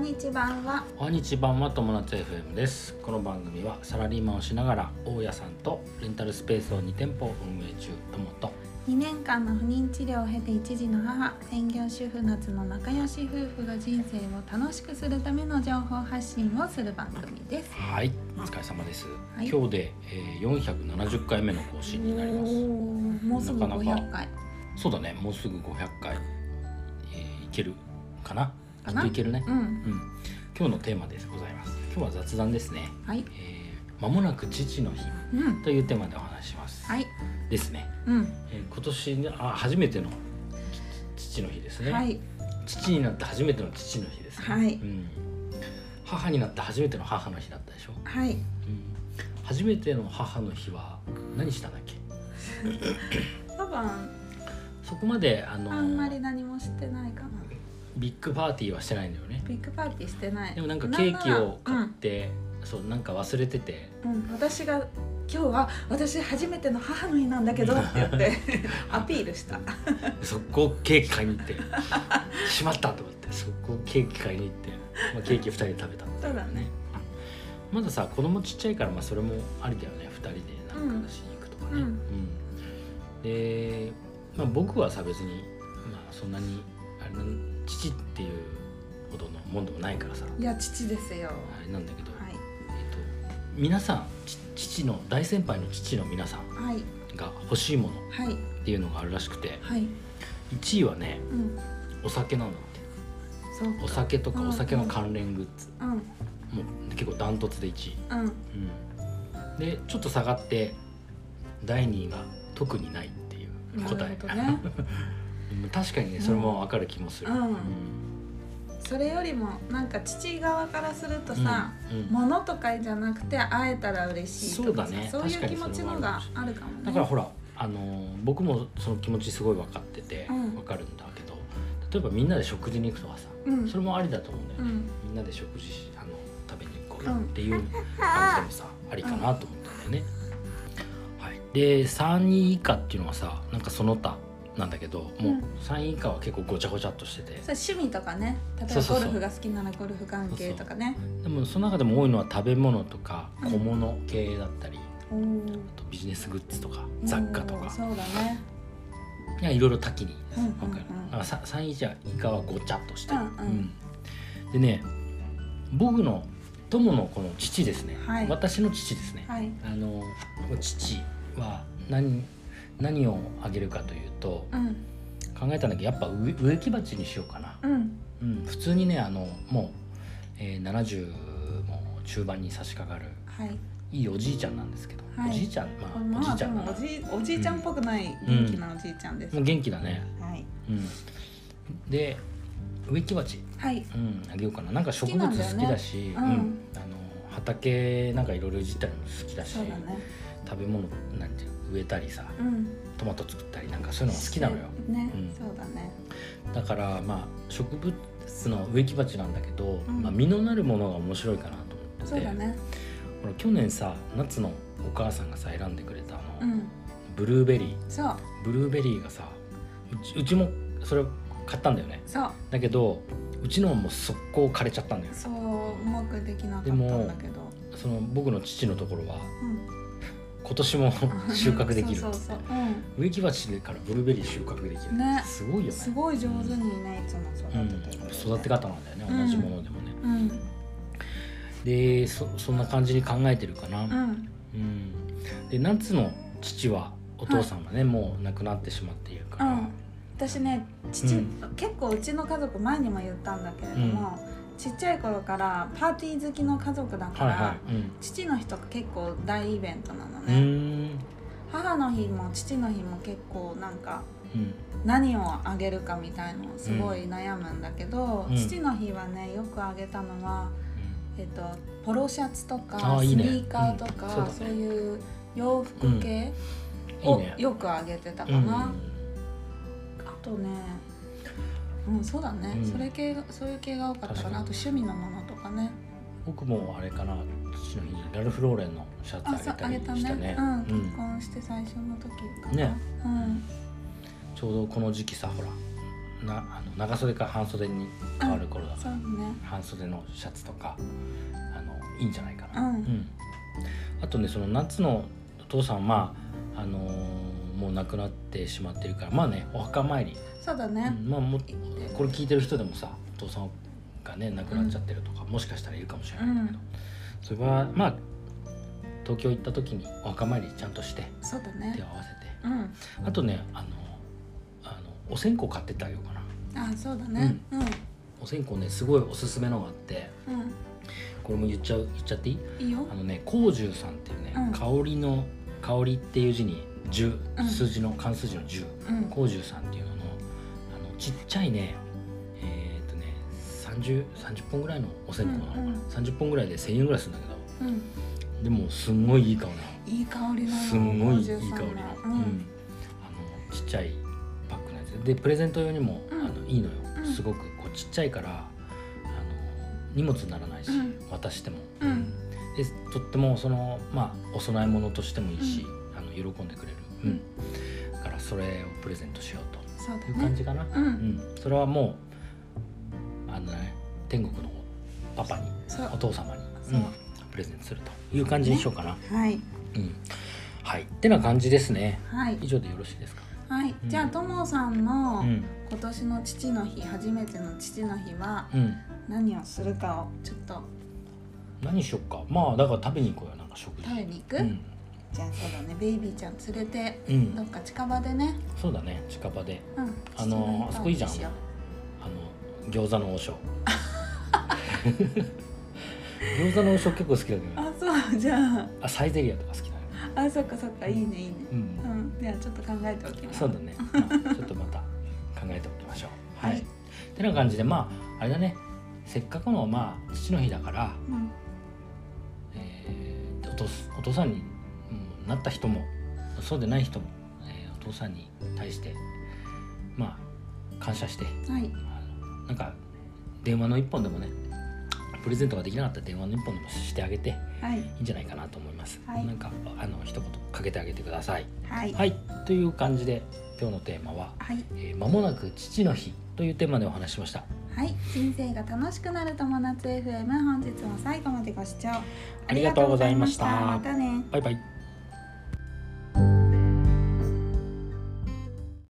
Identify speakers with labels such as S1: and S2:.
S1: 日版は
S2: お日版は友達 FM ですこの番組はサラリーマンをしながら大家さんとレンタルスペースを2店舗運営中ともと
S1: 2年間の不妊治療を経て一児の母専業主婦夏の仲良し夫婦が人生を楽しくするための情報発信をする番組です
S2: はいお疲れ様です、
S1: い
S2: 今日で、えー、470回目の更新になります
S1: ーもうすぐ
S2: なかなか
S1: 500回
S2: そうだねもうすぐ500回、えーいけるかな
S1: かな
S2: きっといけるね
S1: う、ん
S2: うん、今日のテーマですございます今日は雑談ですね
S1: はい
S2: えー間もなく父の日
S1: うん
S2: というテーマでお話しします、
S1: はい
S2: ですね、
S1: うん
S2: えー今年ねあ初めての父の日ですね、
S1: はい
S2: 父になって初めての父の日ですね、
S1: はい
S2: うん、母になって初めての母の日だったでしょ、
S1: はい
S2: うん、初めての母の日は何したんだっけ
S1: 多分
S2: そこまであの
S1: あんまり何もしてないかな
S2: ビッグパーティーはしてないんだよね
S1: ビッグパーティーしてない
S2: でもなんかケーキ
S1: なん
S2: を買
S1: なら
S2: って、そうなんか忘れてて
S1: うん、うん、私が今日は私初めての母の日なんだけどって言ってアピールした
S2: 速攻ケーキ買いに行って しまったと思って速攻ケーキ買いに行って、まあ、ケーキ2人で食べたん
S1: そうだね
S2: まださ子供ちっちゃいからまあそれもありだよね2人でなんか出しに行くとかね、
S1: うん
S2: うんで、まあ、僕はさ別に、まあ、そんなにあれな父っていうほどのもんでもないからさ
S1: いや父ですよ
S2: あれなんだけど、
S1: は
S2: えっと、皆さんち父の大先輩の父の皆さん
S1: いはい
S2: が欲しいもの
S1: はい
S2: っていうのがあるらしくて
S1: はい
S2: 1位はね
S1: うん
S2: お酒なんだって
S1: そう
S2: お酒とか
S1: うん
S2: お酒の関連グッズ、
S1: うん
S2: もう結構ダントツで1位
S1: うん
S2: うん、でちょっと下がって第2位が特にないっていう答え、
S1: なるほどね
S2: うん確かにねそれも分かる気もする、
S1: うんそれよりもなんか父側からするとさ、、
S2: うんうん
S1: 物とかじゃなくて会えたら嬉しいとかさ
S2: そうだね
S1: そうい
S2: 確
S1: う
S2: か
S1: 気
S2: に
S1: 持ちの方があるかもね
S2: だからほら、あのー僕もその気持ちすごい分かってて、
S1: うん
S2: 分かるんだけど例えばみんなで食事に行くとかさ
S1: うん
S2: それもありだと思うんだよ
S1: う
S2: ね、
S1: ん
S2: みんなで食事しあの食べに行こう
S1: う
S2: よっ
S1: ん
S2: ていう感じでもさ、ありかなと思ったんだよね、はい、で3位以下っていうのはさなんかその他なんだけどもう
S1: うん
S2: 3位以下は結構ごちゃごちゃっとしてて、
S1: そう趣味とかね例え
S2: そう
S1: ば
S2: そう
S1: ゴ
S2: そう
S1: ルフが好きならゴルフ関係とかね
S2: でもその中でも多いのは食べ物とか
S1: うん
S2: 小物系だったり、
S1: おー
S2: あとビジネスグッズとか雑貨と
S1: うん
S2: か、
S1: そうだね
S2: いやいろいろ多岐に
S1: うんうんうん
S2: 分かる、なんかさ3位以下以下はごちゃっとしてる、
S1: うん
S2: うんでね僕の友のこの父ですね、
S1: はい
S2: 私の父ですね、
S1: はい
S2: あの父は何何をあげるかというと
S1: うん
S2: 考えたんだけどやっぱ植植木鉢にしようかな、
S1: うん
S2: うん、普通にねあのもう、えー70も中盤に差し掛かる
S1: はい
S2: いいおじいちゃんなんですけど、
S1: はい
S2: おじいちゃん
S1: これ
S2: まあお
S1: まあ
S2: じい
S1: で
S2: ちゃんな
S1: も
S2: ら
S1: おじいおじいちゃんっぽくない元気なおじいちゃんです
S2: もう元気だね、
S1: はい
S2: うん、で植木鉢、
S1: はい
S2: うん、あげようかななんか植物好きだし
S1: 好きなんだよね
S2: うんあの畑なんかいろいろいじったりも好きだし
S1: そうだね
S2: 食べ物なんていうの植えたりさ
S1: うん
S2: トマト作ったりなんかそういうのが好きなのよ
S1: ね
S2: うん
S1: そうだね
S2: だからまあ植物の植木鉢なんだけど、
S1: うん
S2: まあ、実のなるものが面白いかなと思って
S1: そう
S2: て、
S1: だね
S2: ほら去年さ夏のお母さんがさ選んでくれたあ
S1: う
S2: の、
S1: ん
S2: ブルーベリー
S1: そう
S2: ブルーベリーがさうちうちもそれを買ったんだよね
S1: そう
S2: だけどうちのはもう速攻枯れちゃったんだよ
S1: そううまくできなかったんだけど
S2: その僕の父のところは
S1: うん
S2: 今年 も収穫できるっ
S1: そう
S2: つっ
S1: そう
S2: て
S1: そうう
S2: 植木鉢からブルーベリー収穫できる、
S1: ね
S2: すごいよ
S1: ん
S2: ね
S1: すごい上手にねいつも
S2: うん
S1: 育ててくれて
S2: 育て方なんだよね、
S1: うん
S2: 同じものでもね
S1: うん
S2: でそそんな感じに考えてるかな、
S1: うん
S2: うんで夏の父はお父さんがね、もう亡くなってしまっているか
S1: う
S2: ら、
S1: ん私ね父、
S2: うん
S1: 結構うちの家族前にも言ったんだけれども、ちっちゃい頃からパーティー好きの家族だか
S2: はい
S1: ら、
S2: はいうん
S1: 父の日とか結構大イベントなの
S2: う
S1: ね、
S2: ーん
S1: 母の日も父の日も結構なんか
S2: うん
S1: 何をあげるかみたいのをすごい悩むんだけど、
S2: うん
S1: 父の日はねよくあげたのは、えっとポロシャツとか
S2: あー
S1: ス
S2: い
S1: ニ
S2: いね
S1: ーカーとか、
S2: うん
S1: そう
S2: そうだね
S1: いう洋服系
S2: うんいい
S1: を
S2: ね
S1: よくあげてたか
S2: う
S1: な、
S2: ん
S1: あとねうんそうだね、
S2: うん
S1: それ系がそういう系が多かったか
S2: 確
S1: な
S2: か
S1: あ
S2: に
S1: と趣味のものとかね
S2: 僕もあれかな父の日にラルフローレンのシャツ
S1: あ
S2: あ
S1: そうあ
S2: げ
S1: げ
S2: た
S1: た
S2: り
S1: ね
S2: したね
S1: うん、
S2: うん
S1: 結婚して最初の時かな
S2: ね
S1: うん
S2: ちょうどこの時期さほらなあの長袖から半袖に変わる頃だか
S1: そう
S2: ら
S1: ね
S2: 半袖のシャツとかあのいいんじゃないかな、
S1: うん
S2: あとねその夏のお父さんはまああのーもう亡くなってしまってるからまあねお墓参り、
S1: そうだ
S2: う
S1: ね、
S2: んまあ、もこれ聞いてる人でもさお父さんがね亡くなっちゃってるとか、もしかしたらいるかもしれないんだけど、それはまあ東京行った時にお墓参りちゃんとして
S1: そうだ
S2: 手を
S1: ね
S2: 合わせて
S1: うん
S2: あとねあのあのお線香買ってってあげようかな
S1: あそうだねうん
S2: お線香ねすごいおすすめのがあって
S1: うん、
S2: これも言っちゃう言っちゃっていい
S1: いいよ
S2: あのね光獣さんっていうね、
S1: うん
S2: 香りの香りっていう字に十
S1: うん
S2: 数字の漢数字の十
S1: うん
S2: 光獣さんっていうののあのちっちゃいねえーっ、とね 30, 30本ぐらいのお線香なのかな、
S1: うんうん
S2: 30本ぐらいで1000円ぐらいするんだけど
S1: うん
S2: でもすんごいいい香りなの
S1: いい香りだよ
S2: すんごいいい香り
S1: 53
S2: の、うん
S1: が
S2: あのちっちゃいパックのやつででプレゼント用にも、
S1: うん
S2: あのいいのよ
S1: うん
S2: すごくこうちっちゃいからあの荷物にならないし、
S1: うん
S2: 渡しても、
S1: うん
S2: でとってもその、まあ、お供え物としてもいいし、
S1: う
S2: あの喜んでくれる、うんだからそれをプレゼントしようと
S1: そうだ
S2: いう感じ
S1: ね
S2: かな、
S1: うん、
S2: うん、それはもうあの、ね、天国のパパに
S1: そう
S2: お父様に、
S1: そう
S2: うんプレゼントするという感じにしようかな。
S1: はい
S2: うん、はいってな感じですね
S1: はい
S2: 以上でよろしいですか
S1: はい、
S2: うん
S1: じゃあともさん
S2: う
S1: の
S2: ん
S1: 今年の父の日初めての父の日は
S2: うん
S1: 何をするかをちょっと
S2: 何しよっかまあだから食べに行こうよなんか食事
S1: 食べに行く、
S2: うん、
S1: じゃあそうだねベイビーちゃん連れて
S2: う
S1: どっ
S2: ん、
S1: か近場でね、
S2: そうだね近場で
S1: うん、
S2: あ
S1: 父日
S2: のーあそこいいじゃん
S1: パーティーしよ
S2: あの餃子 の王将餃子の王将結構好きだけど
S1: うあそうじゃあ
S2: あサイゼリアとか好きだよ、ね
S1: あそっかそっかいいねいいね
S2: う、
S1: うんんじゃあちょっと考えておきます
S2: そう だね、まあちょっとまた考えておきましょうはい、
S1: はい
S2: てな感じでまああれだねせっかくのまあ父の日だから、
S1: うん
S2: えーお父すお父さんにうんなった人もそうでない人も、えーお父さんに対してまあ感謝して
S1: はい
S2: あのなんか電話の一本でもねプレゼントができなかったら電話の一本でもしてあげてい
S1: はい
S2: いんじゃないかなと思います、
S1: はい
S2: なんかあの一言かけてあげてください
S1: はい
S2: はいという感じで今日のテーマは
S1: はい
S2: 「えー間もなく父の日」というテーマでお話ししました
S1: はい人生が楽しくなる友達 FM 本日も最後までご視聴
S2: ありがとうございました
S1: ありがとうございましたまたね
S2: バイバイ